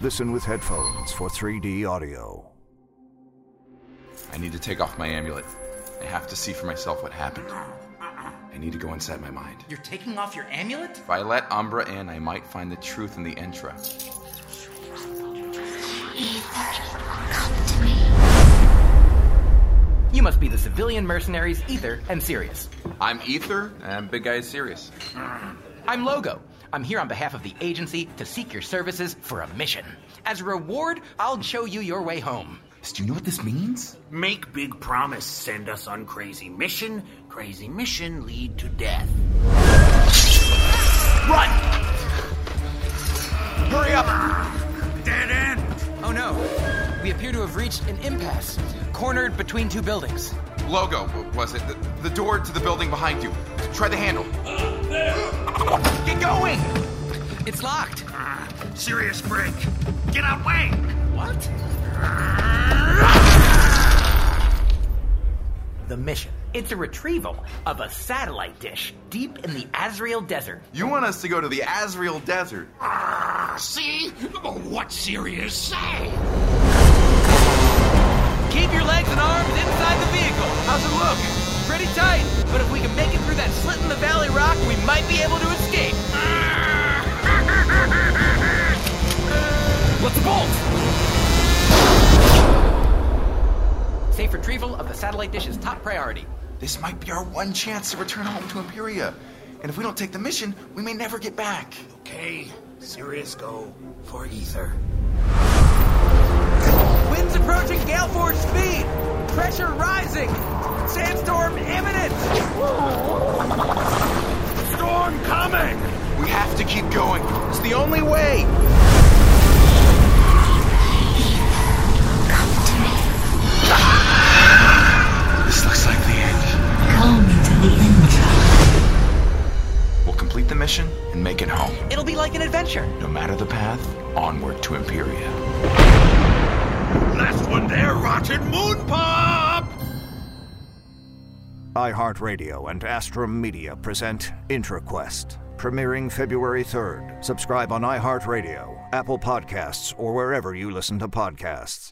Listen with headphones for 3D audio. I need to take off my amulet. I have to see for myself what happened. I need to go inside my mind. You're taking off your amulet? If I let Umbra in, I might find the truth in the Entra. You must be the civilian mercenaries Ether and Sirius. I'm Ether, and I'm Big Guy Sirius. I'm Logo. I'm here on behalf of the agency to seek your services for a mission. As a reward, I'll show you your way home. Do you know what this means? Make big promise, send us on crazy mission. Crazy mission lead to death. Run! Hurry up! Dead end! Oh no. We appear to have reached an impasse, cornered between two buildings. Logo, was it? The, the door to the building behind you. Try the handle. Get going! It's locked. Serious break. Get out way! What? The mission. It's a retrieval of a satellite dish deep in the Azrael Desert. You want us to go to the Azrael Desert? See? Oh, What serious say? Keep your legs and arms inside the vehicle. How's it look? Pretty tight, but if we can make it through that slit in the valley rock, we might be able to escape. Let's bolt! Safe retrieval of the satellite dish is top priority. This might be our one chance to return home to Imperia. And if we don't take the mission, we may never get back. Okay, Sirius go for ether. Winds approaching gale force speed. Pressure rising. Sandstorm imminent. Storm coming! We have to keep going. It's the only way. This looks like the end. Come to the intro. We'll complete the mission and make it home. It'll be like an adventure. No matter the path, onward to Imperia. Last one there, Rotten Moon Pop! iHeartRadio and Astrum Media present IntraQuest, premiering February 3rd. Subscribe on iHeartRadio, Apple Podcasts, or wherever you listen to podcasts.